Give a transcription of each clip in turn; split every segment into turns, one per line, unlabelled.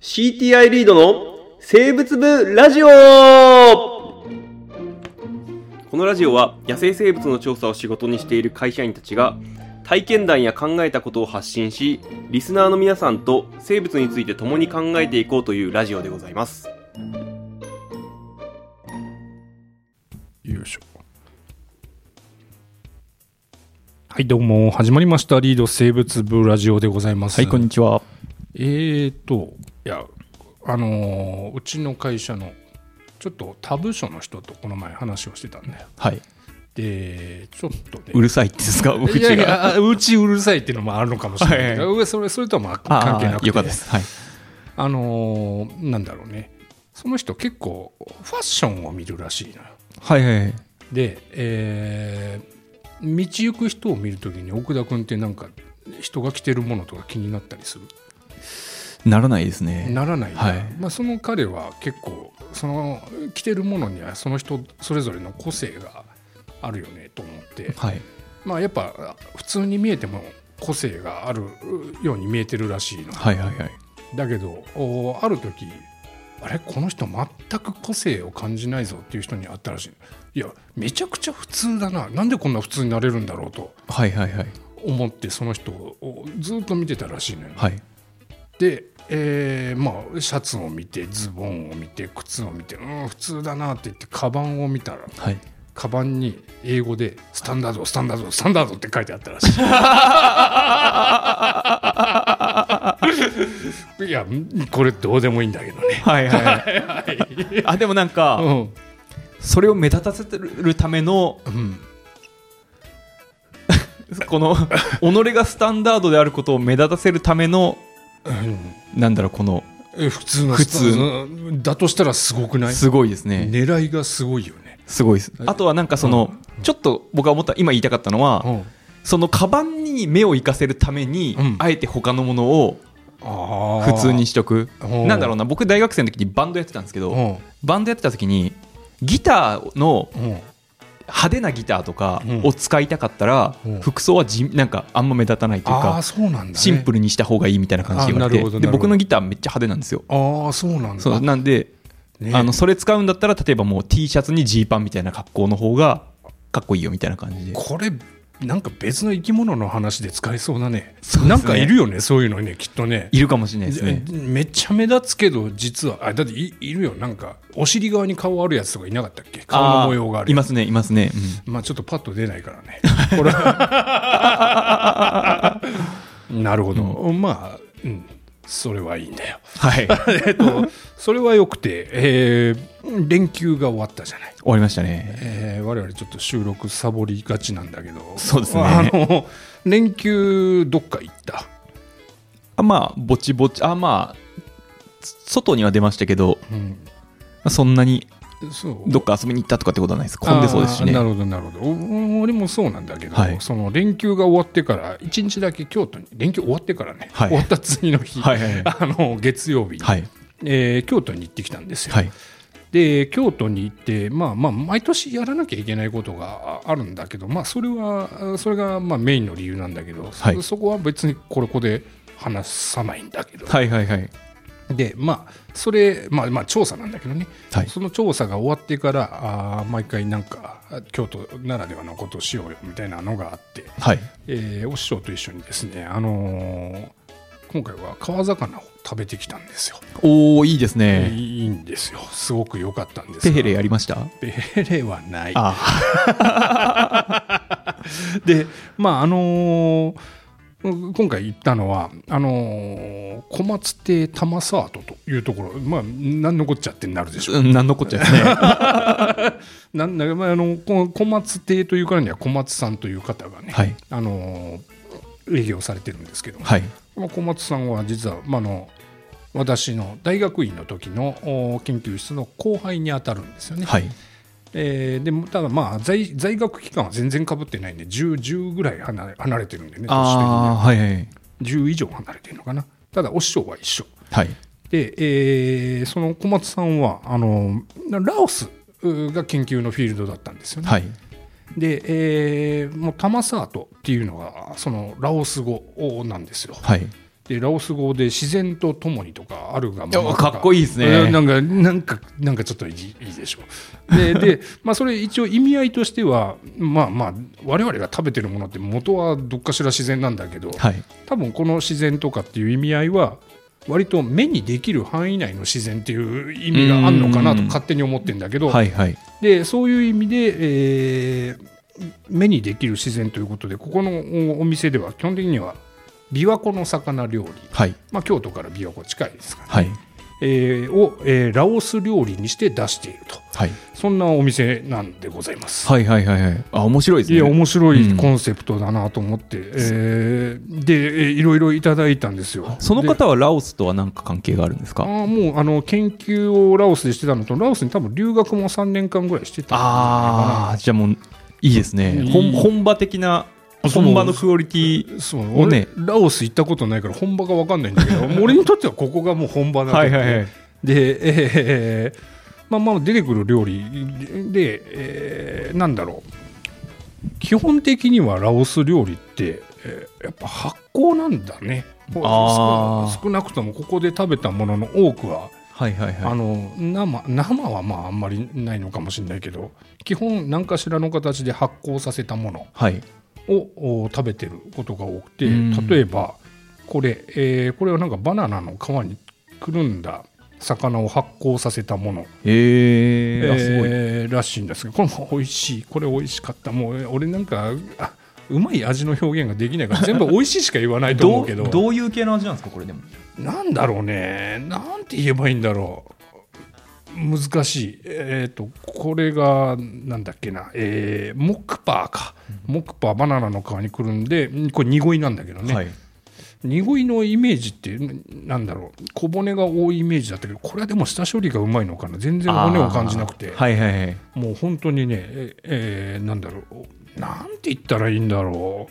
CTI リードの生物部ラジオこのラジオは野生生物の調査を仕事にしている会社員たちが体験談や考えたことを発信しリスナーの皆さんと生物について共に考えていこうというラジオでございます
よいしょはいどうも始まりましたリード生物部ラジオでございます
はい、こんにちは。
えーといやあのーうちの会社のちょっと他部署の人とこの前話をしてたんだよ
はい。
でちょっとね
うるさいってですか、僕
いや
ち
い
が。
やあうちうるさいっていうのもあるのかもしれないけど、
は
それそれとはまあ
あ
関係なくて
よかったです。はい。
あのーなんだろうねその人結構ファッションを見るらしいのよ
はいはい。
で、えー道行く人を見るときに奥田君ってなんか人が着てるものとか気になったりする
ならないですね。
ならない、
はい
まあ、その彼は結構その着てるものにはその人それぞれの個性があるよねと思って、
はい。
まあ、やっぱ普通に見えても個性があるように見えてるらしいの
はいはいはい。
だけどおある時あれこの人全く個性を感じないぞっていう人に会ったらしいいやめちゃくちゃ普通だななんでこんな普通になれるんだろうと
はいはいはい。
思ってその人をずっと見てたらしいのよ、
はい。
で、えーまあ、シャツを見てズボンを見て靴を見てうん普通だなって言ってカバンを見たら
はい。
カバンに英語で「スタンダードスタンダードスタンダード」って書いてあったらしいいやこれどうでもいいんだけどね
はいはい。あ、でもなん
う
か、
ん
それを目立たせるための、
うん
この、己がスタンダードであることを目立たせるための、
うん
なんだろう、この、
え普通の
普通
うんだとしたらすごくない
すごいですね。
狙いがすごいよね、
すごいです。あとはなんかその、ちょっと僕は思った、今言いたかったのは、
うん
その、カバンに目を行かせるために
うん、
あえて他のものを
あー
普通にしとく
ほう。
なんだろうな、僕大学生の時にバンドやってたんですけど、
うん
バンドやってた時にギターの
うん
派手なギターとか
うん
を使いたかったら
うん
服装はじなんかあんま目立たないという
ああ
か
そうなんだ、ね、
シンプルにした方がいいみたいな感じで言わ
あなる
れ
ほど
て
なるほ
で
ど
僕のギターめっちゃ派手なんですよ
ああそうなんだ
そうなんで
ね
あのそれ使うんだったら例えばもう T シャツにジーパンみたいな格好の方がかっこいいよみたいな感じで
これなんか別の生き物の話で使えそうだね
そうですね
なんかいるよねそういうのねきっとね
いるかもしれないですね
えめっちゃ目立つけど実はあだっていいるよなんかお尻側に顔あるやつとかいなかったっけ顔の模様があ
ーい
る
ますねいますね、
まあちょっとパッと出ないからねこ れなるほど、まあ、うん、それはいいんだよ
う ん、はい終
えっとそれはよくて、えー連休が終わったじゃない
わりましたね
えー我々ちょっと収録サボりがちなんだけど
そうですね
あの連休どっか行った
あまあぼちぼちあまあつ外には出ましたけど
うん
まあそんなに
そう
どっか遊びに行ったとかってことはないです混んでそうですしね
あーなるほどなるほどお俺もそうなんだけど、
はい
その連休が終わってから1日だけ京都に連休終わってからね、
はい
終わった次の日、
はいはいは い
あの月曜日に、
はい。
えー京都に行ってきたんですよ、
はい。
で京都に行って、まあ、まあ毎年やらなきゃいけないことがああるんだけど、まあ、それはあそれがまあメインの理由なんだけど、そ
はい
そこは別にこれここで話さないんだけど、
はいはいはい。
でまあそれ、まあ、まあ調査なんだけどね、
はい
その調査が終わってからあー毎回なんかあ京都ならではのことをしようよみたいなのがあって、
はい。
えーお師匠と一緒にですね、あのー今回は川魚を食べてきたんですよ。
おー、いいですね。
いいんですよすごく良かったんです
テ
が
ヘレやりました
ペヘレはない。
あ
で、まああのーうん今回行ったのはあのー小松亭玉沢跡というところ、まあ、何のこっちゃってなるでしょう、
うん、なんのこっちゃ ですね。
なんだか、まあ、あのこ小松亭というからには小松さんという方がね、
はい。
あのー営業されてるんですけども、
はい。
まあ、小松さんは実は、まあ、あの私の大学院の時のお研究室の後輩に当たるんですよね。
はい。
えーでもただまあ在在学期間は全然かぶってないんで 10, 10ぐらい離れ離れてるんでね年的に
あー、はいはい。
10以上離れてるのかなただお師匠は一緒
はい。
で、えーその小松さんはあのラオスが研究のフィールドだったんですよね、
はい。
で、えーもうタマサートっていうのがそのラオス語なんですよ
はい。
でラオス語で自然とともにとかあるがままと
かっこいいですね
なんかなんかなんかちょっといいいいでしょうでで、まあ、それ一応意味合いとしてはまあまあ我々が食べてるものって元はどっかしら自然なんだけど、
はい
多分この自然とかっていう意味合いは割と目にできる範囲内の自然っていう意味があるのかなと勝手に思ってるんだけど、
はいはい
でそういう意味で、えー目にできる自然ということでここのお店では基本的には琵琶湖の魚料理、
はい
まあ、京都から琵琶湖近いですから、
はい
えーを、えーラオス料理にして出していると
はい
そんなお店なんでございます。
はいはいはいはいあ面白いです
い
ね
や面白い
うん
コンセプトだなと思って、えーでえーいろいろいただいたんですよ。
その
で
方はラオスとは何か関係があるんですか
ああもうあの研究をラオスでしてたのとラオスに多分留学も3年間ぐらいしてたんじ
ああ
ゃ
じゃあもういいですね
いい
本本場的な
そう
本場のクオリティ
ないかなそう
もうね
俺ラオス行ったことないから本場が分かんないんだけど俺にとってはここがもう本場だと思って
い
で、えーまあ、まあ出てくる料理で、えーなんだろう基本的にはラオス料理って、えーやっぱ発酵なんだね
あー
少少なくともここで食べたものの多くは
はいはいは
あ
い
の生生はまああんまりないのかもしれないけど基本何かしらの形で発酵させたもの
はい
をお食べてることが多くて
うん
例えばこれ、えーこれはなんかバナナの皮にくるんだ魚を発酵させたもの、
えーあすごい
えーらしいんですけどこれも美味しいこれ美味しかったもう俺なんかあうまい味の表現ができないから全部美味しいしか言わないと思うけ ど
ういう系の味なんですかこれでも
なんだろうねなんて言えばいいんだろう難しいえっ、とこれがなんだっけなえー、モックパーか、モックパーバナナの皮にくるんでんこれ濁いなんだけどね、
はい
濁いのイメージってなんだろう小骨が多いイメージだったけどこれはでも下処理がうまいのかな全然骨を感じなくて、
はいはいはい
もう本当にねええーなんだろうなんて言ったらいいんだろ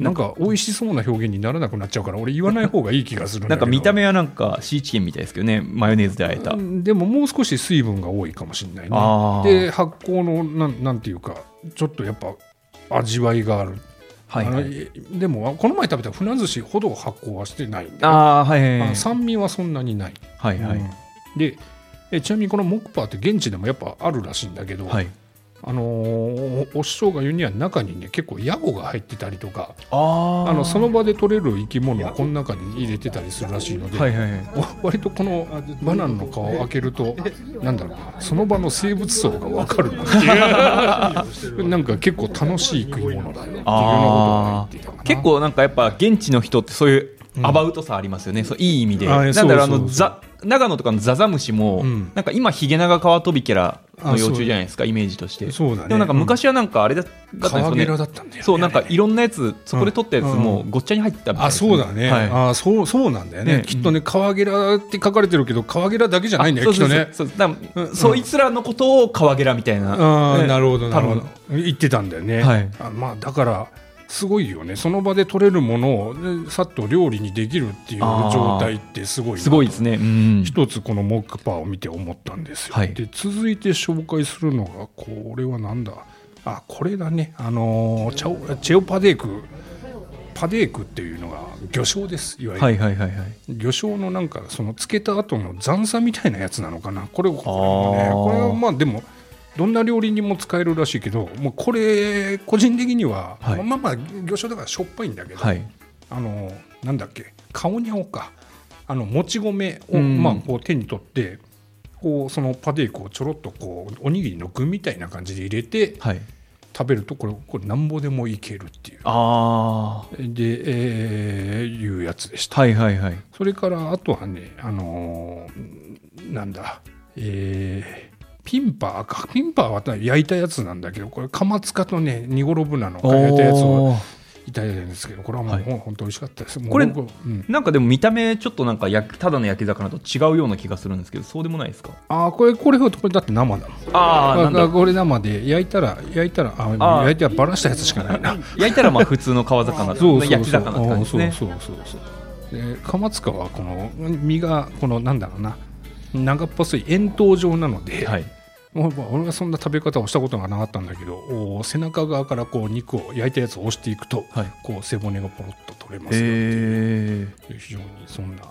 うなんか美味しそうな表現にならなくなっちゃうから俺言わない方がいい気がするん
な
だ
ん
け
か
ど
見た目はなんかシーチキンみたいですけどねマヨネーズで和えた
うんでももう少し水分が多いかもしれないね
あー
で発酵のなんなんていうかちょっとやっぱ味わいがある、
はい
あの
はい
えでもこの前食べた船寿司ほど発酵はしてないんで
あーはいはい
あ
はい
の酸味はそんなにない、
はいは
うん
い
でえちなみにこのモックパーって現地でもやっぱあるらしいんだけど、
はい
あのーおお師匠が言うには中にね結構ヤゴが入ってたりとか
あ
あのその場で取れる生き物をこの中に入れてたりするらしいので、
はいはいはい
お 割とこのバナナの皮を開けるとなんだろうなその場の生物層が分かるなって いうなんか結構楽しい食い物だよっていうようなことが
あ
言ってたかな
ー結構なんかやっぱ現地の人ってそういうアバウトさありますよね、そういい意味で
あー
なん
そう
だろうあ
そうそ
の
う
ザ長野とかのザザムシも、
うん
なんか今ヒゲナガカワトビケラの
あ
幼
そう
虫じゃないですかイメージとして
そうだね
でもなんか昔はなんかあれだったんですよ
皮ゲ
ね、
ラだったんだよね
そうなんかいろんなやつそこで取ったやつ
うん
もうごっちゃに入ってたみたい
あ
です
そうだね、
はい
あそうそうなんだよね
ね
きっとね「川ゲラ」って書かれてるけど川ゲラだけじゃないんだよ
あ
きっとね
そうそうそうだから
うん
そいつらのことをカワゲラみたいな、
あー
ね
なるほどなるほ
多
ど言ってたんだよね、
はい
あまあだからすごいよねその場で取れるものをねさっと料理にできるっていう状態ってすごいな
すごいですねうん
一つこのモックパーを見て思ったんですよ、
はい
で続いて紹介するのがこれはなんだあこれだねあのーチャオチェオパデークパデークっていうのが魚醤ですいわゆる、
はいはいはいはい
魚醤のなんかその漬けた後の残さみたいなやつなのかなこれこれも
あ
ね
ー
これはまあでもどんな料理にも使えるらしいけどもうこれ個人的には、
はい
まあまあ魚醤だからしょっぱいんだけど、
はい
あのなんだっけカオニャオかあのもち米を、
うん
まあ、こう手に取ってこうそのパデークをちょろっとこうおにぎりの具みたいな感じで入れて
はい
食べるとこれこれなんぼでもいけるっていう
あ
で、えーいうやつでした
ーはいはいはい
それからあとはねあのーなんだえーピンパーかピ ンパーは焼いたやつなんだけどこれカマツカとねニゴロブナの焼いたやつを
おー
いただいたんですけどこれはもう、
はい
本当美味しかったですもう
これ
僕うん
なんかでも見た目ちょっとなんか焼きただの焼き魚と違うような気がするんですけどそうでもないですか
ああこれこれこれだって生だもん
ああなんだ
これ生で焼いたら焼いたらあ
あー
焼いたらバラしたやつしかない な
焼いたらまあ普通の川魚
そうそうそう
焼き魚って感じですね
あーそうそうそうそうでカマツカはこの身がこのなんだろうな長っぽい円筒状なので、
はい
もうまあ俺はそんな食べ方をしたことがなかったんだけどお背中側からこう肉を焼いたやつを押していくと、
はい
こう背骨がポロッと取れますよ
え
非常にそんな、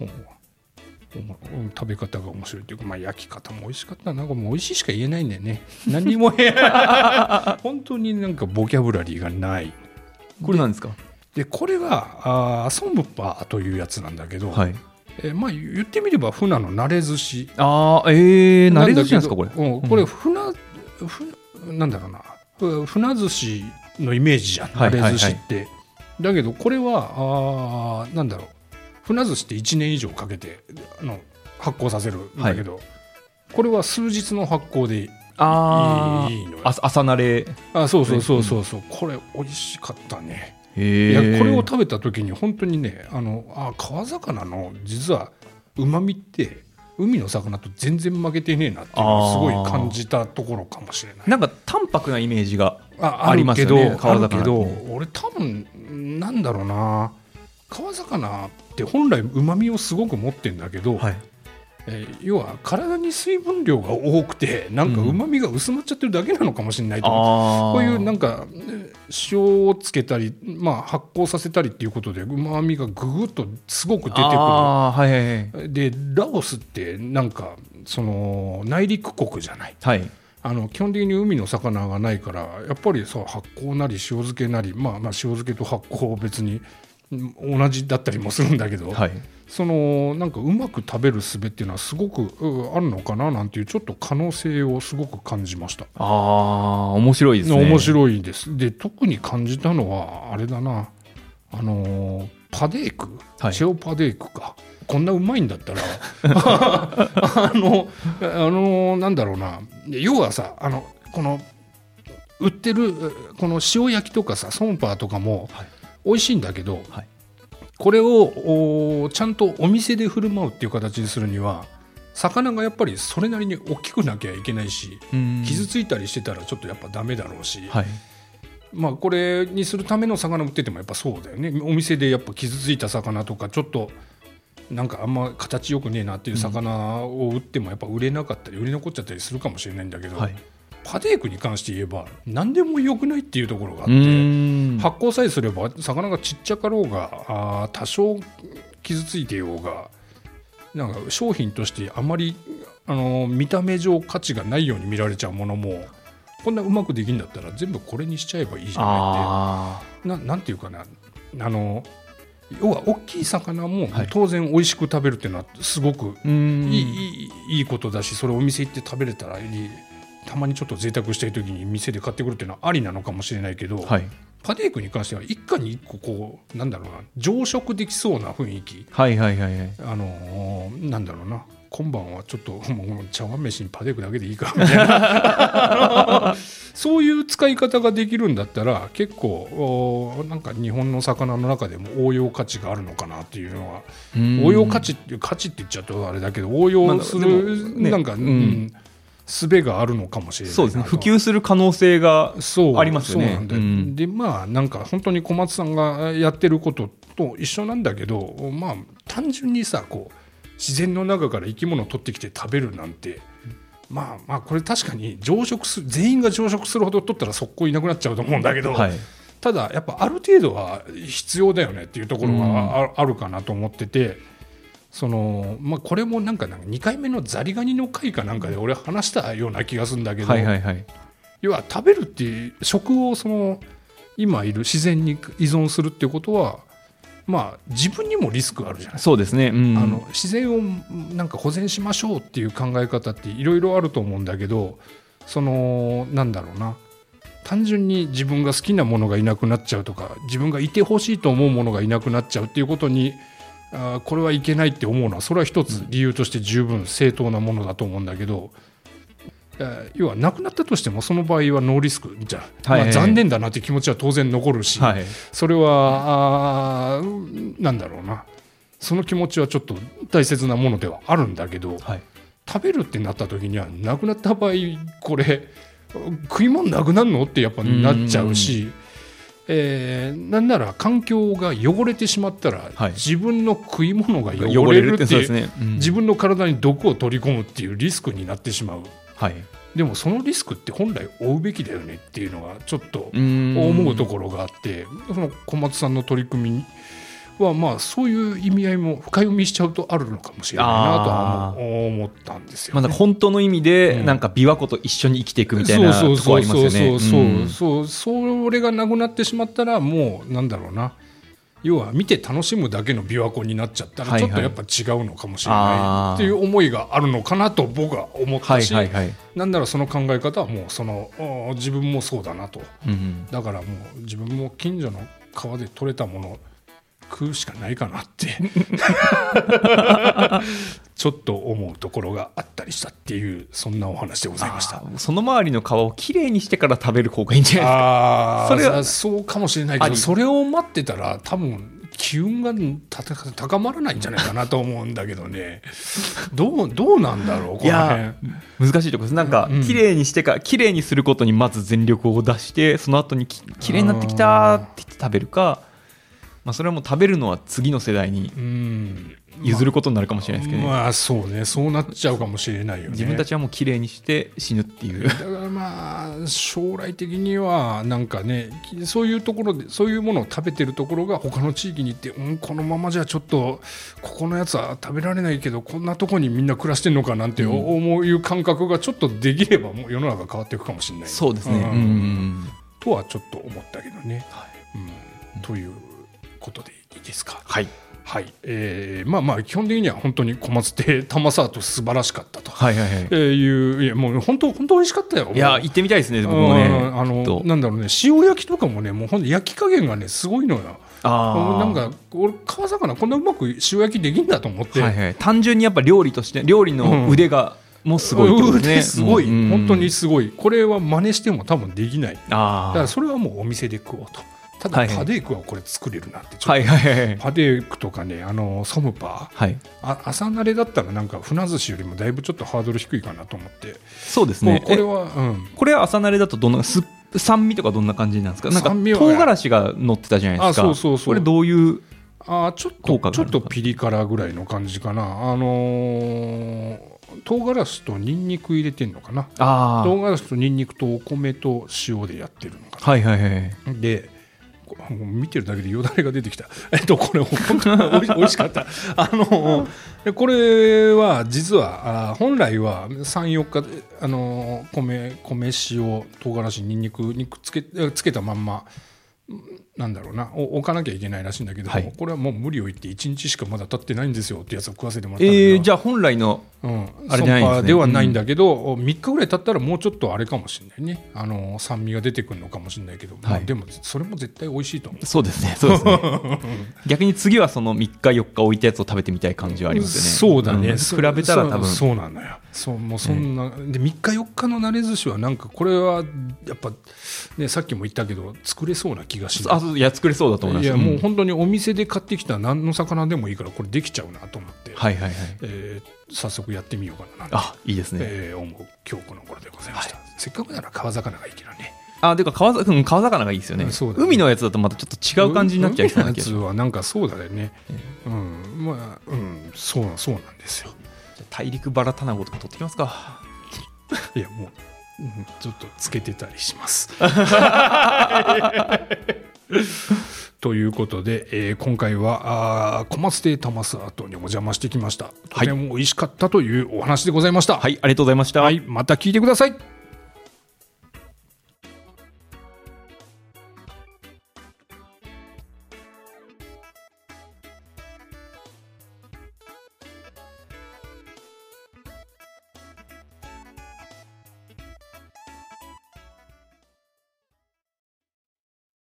うんうんうん食べ方が面白いというか、まあ、焼き方も美味しかったなこれもう美味しいしか言えないんだよね 何にも本当になんかボキャブラリーがない
これなんですか
でこれがあーソンブッパーというやつなんだけど、
はい
えーまあ、言ってみれば船の慣れ寿司
ああええー、
な
慣
ん
れ
だ
寿
け
司
ど
なんですかこれ、
うん、これ船、ふなんだろうなふ船寿司のイメージじゃん
は
慣れ
い
寿司って、だけどこれはあーなんだろう船寿司って1年以上かけてあの発酵させるんだけど、これは数日の発酵でいい
あ
いいのよ
あ朝慣れ
あそうそうそうそうそうこれ美味しかったねいや
え
これを食べた時に本当にねあのあ川魚の実はうまみって海の魚と全然負けてねえなっていうのをすごい感じたところかもしれない。
なんか淡白なイメージが
あ
ありますよね
あるけど
川魚って
あるけど俺多分なんだろうな川魚って本来うまみをすごく持ってんだけど、
はい
えー要は体に水分量が多くてなんかうまみが薄まっちゃってるだけなのかもしれないと思って
あ
こういうなん
か
んかね塩をつけたり、まあ、発酵させたりっていうことでうまみがぐぐっとすごく出てく
あーはいはいはい
るでラオスってなんかその内陸国じゃない
はい
あの基本的に海の魚がないからやっぱりさ発酵なり塩漬けなり、まあ、まあ塩漬けと発酵別にん同じだったりもするんだけど、
はい
そのなんかうまく食べる術っていうのはすごくうんあるのかななんていうちょっと可能性をすごく感じました。
ああ面白いですね
面
い
白いですで特に感じたのはあれだなあのーパデーク、
はい
チェオパデークかこんなうまいんだ ったらあのあのなんだろうな要はさあのこの売ってるこの塩焼きとかさソンパーとかも
はい
美味しいんだけど、
はい
これをおちゃんとお店で振る舞うっていう形にするには魚がやっぱりそれなりに大きくなきゃいけないし、傷ついたりしてたらちょっとやっぱダメだろうし、
はい
まあこれにするための魚売っててもやっぱそうだよねお店でやっぱ傷ついた魚とかちょっとなんかあんま形よくねえなっていう魚を売ってもやっぱ売れなかったり売れ残っちゃったりするかもしれないんだけど、
はい
パデークに関して言えば何でも良くないっていうところがあっ
う
て、
ーん
発酵さえすれば魚がちっちゃかろうがあー多少傷ついてようがなんか商品としてあまりあの見た目上価値がないように見られちゃうものもこんなうまくできるんだったら全部これにしちゃえばいいじゃな
あ
いってななんていうかなあの要は大きい魚も
はい
当然美味しく食べるっていうのはすごく
あうーん
いい,、いいいいことだしそれお店行って食べれたらいいたまにちょっと贅沢したい時に店で買ってくるっていうのはありなのかもしれないけど、
はい
パデークに関しては一家に一個こうなんだろうな常食できそうな雰囲気
はいはいはいはい
あのーなんだろうな今晩はちょっともう茶碗飯にパデークだけでいいかみたいな そういう使い方ができるんだったら結構おーなんか日本の魚の中でも応用価値があるのかなっていうのは
うーん
応用価値っていう価値って言っちゃうとあれだけど応
ま
用
あ
す
でも
る
ね
なんか、うん
うん
術があるのかもしれないなと
そうですね普及する可能性が
そう
ありますよね
そうなんだよ
うん
でまあなんか本当に小松さんがやってることと一緒なんだけどまあ単純にさこう自然の中から生き物を取ってきて食べるなんて。まあまあこれ確かに常食す全員が常食するほど取ったら速攻いなくなっちゃうと思うんだけど、
はい
ただやっぱある程度は必要だよねっていうところがああるかなと思ってて。そのまあ、これもなんかなんか2回目のザリガニの回かなんかで俺話したような気がするんだけど、
はいはいはい
要は食べるっていう食をその今いる自然に依存するっていうことはまあ自分にもリスクあるじゃないですか、
そうですねうん
あの自然をなんか保全しましょうっていう考え方っていろいろあると思うんだけどそのなんだろうな単純に自分が好きなものがいなくなっちゃうとか自分がいてほしいと思うものがいなくなっちゃうっていうことにあーこれはいけないって思うのはそれは一つ理由として十分正当なものだと思うんだけど、えー要はなくなったとしてもその場合はノーリスクじゃん、
はい
まあ、残念だなって気持ちは当然残るし、
はい
それはあーうんなんだろうなその気持ちはちょっと大切なものではあるんだけど
はい
食べるってなった時にはなくなった場合これ食い物なくなるのってやっぱなっちゃうし。えーなんなら環境が汚れてしまったら、
はい
自分の食い物が
汚
汚
れ
れる
るって
って
そう
い
で
う
すねうん
自分の体に毒を取り込むっていうリスクになってしまう
はい
でもそのリスクって本来負うべきだよねっていうのがちょっと思
思
うところがあってその小松さんの取り組みはまあそういう意味合いも深読みしちゃうとあるのかもしれないなとは思思ったんですよ、
まあ、
ね。
なんか本当の意味
う
で
ん
なんか琵琶湖と一緒に生きていくみたいな
そう
とこ
そ
あ
う
りま
そ
すよ
うそ
ね。
うそううんそうそうそれがなくなってしまったらもうなんだろうな要は見て楽しむだけの琵琶湖になっちゃったら
はい
ちょ
はい
っとやっぱ違うのかもしれないっていう思いがあるのかなと僕は思っ
は
た
い
し、
はいはい。
なんならその考え方はもうそのうん自分もそうだなと
うん
だからもう自分も近所の川で取れたもの食うしかないかなって ちょっと思うところがあったりしたっていうそんなお話でございました。
あーその周りの皮をきれいにしてから食べる方がいいんじゃない
あ
そ
そ
れ
れ
は
はそうかもしれない
あ
け
り
どそれを待ってたら多分機運がたた高まらないんじゃないかなと思うんだけどねどうどうなんだろうこ
い
の
や
辺
ですか難しいところです。なんか
うん
きれいにしてからきれいにすることにまず全力を出してその後にききれいになってきたって言って食べるか、まあ、それはもう食べるのは次の世代に
うん
譲ることになるかもしれないですけどね。
まあそうねそうなっちゃうかもしれないよね
自分たちはもうきれいにして死ぬっていう。
だからまあ将来的にはなんかねきそういうところでそういうものを食べてるところが他の地域に行って、うん、このままじゃちょっとここのやつは食べられないけどこんなとこにみんな暮らしてんのかなんて
うん
思ういう感覚がちょっとできればもう世の中変わっていくかもしれない
そうですね。うんん
とはちょっと思ったけどね。
はい
うん、ということでいいですか。
はい
はいえーまあまあ基本的には本当に小松って玉沢と素晴らしかったと。
はいはいはい
え。ーいういやもう本当本当美味しかったよ。
いや、行ってみたいですね、僕も
う
ね。
んあ
きっ
の
と
なんだろうね塩焼きとかもねもうほんと焼き加減がねすごいのよ
あー
なんか俺川魚こんなうまく塩焼きできんだと思って、
はいはい、単純にやっぱ料理として料理の腕がもうす ごいってこと
腕
ね
すごい、
うん
本当にすごいこれは真似しても多分できないだ
あ
から
あ
それはもうお店で食おうとた
は
だ
いはい
パデークはこれ作れるなってちょっと、
はいはいはい
パデークとかねあのソムパー
はい
あ朝慣れだったらなんか船寿司よりもだいぶちょっとハードル低いかなと思って、
そうです
もう
ね
これ
え
は、うん、
これは朝慣れだとどんなす酸味とかどんな感じなんですかなんか
酸味は
唐辛子が乗ってたじゃないで
あ
すか
そうそうそう
これどういう
あーちょっ
効
と
果が
ち
あ
ょ
る
っ
のか
とピリ辛ぐらいの感じかなあのー唐辛子とニンニク入れてんのかな
あ
唐
あ
辛子とニンニクとお米と塩でやってるのか
はいはいはい
なでこもう見てるだけでよだれが出てきた えっとこれ本当におい美味しかったあのーでこれは実はあー本来は34日で、あのー米米塩唐辛子ニンニクにくっつけつけたまんまなんだろうなお置かなきゃいけないらしいんだけども、
はい
これはもう無理を言って1日しかまだ経ってないんですよってやつを食わせてもらったんだけど
えー、じゃあ本来の
うん、
あ
あ
れ
れ
じゃないんですね
ではないんだけど、三3日ぐらい経ったらもうちょっとあれかもしれないねあの酸味が出てくるのかもしれないけど、まあ
はい
でもそれも絶対美味しいと思う。
そうですねそうですね 逆に次はその3日4日置いたやつを食べてみたい感じはありますよね
そうだね、
ん
そ
比べたら多分
そうそうなのよそうもうそんな、で3日4日の慣れ寿司はなんかこれはやっぱ、ね、さっきも言ったけど作れそうな気がしな
あ
い
そういや作れそうだと思いま
い
す
やもう
うん
本当にお店で買ってきた何の魚でもいいからこれできちゃうなと思って、
はいはいはい
えー早速やってみようかななんて
あいいですね
えー思う今日この頃でございました、せっかくなら川魚がいいけどね
あ、でか川魚、うん川魚がいいですよね
うんそうだね
海のやつだとまたちょっと違う感じになっちゃいそうな気が
海のやつはなんかそうだよねうんまあうんそうなそうなんですよ
大陸バラ卵とか取ってきますか。
いやもう、うんちょっとつけてたりします ということで、えー今回はあー小松亭玉須跡にお邪魔してきましたとても美味しかったというお話でございました
はい、ありがとうございました。
はい、また聞いてください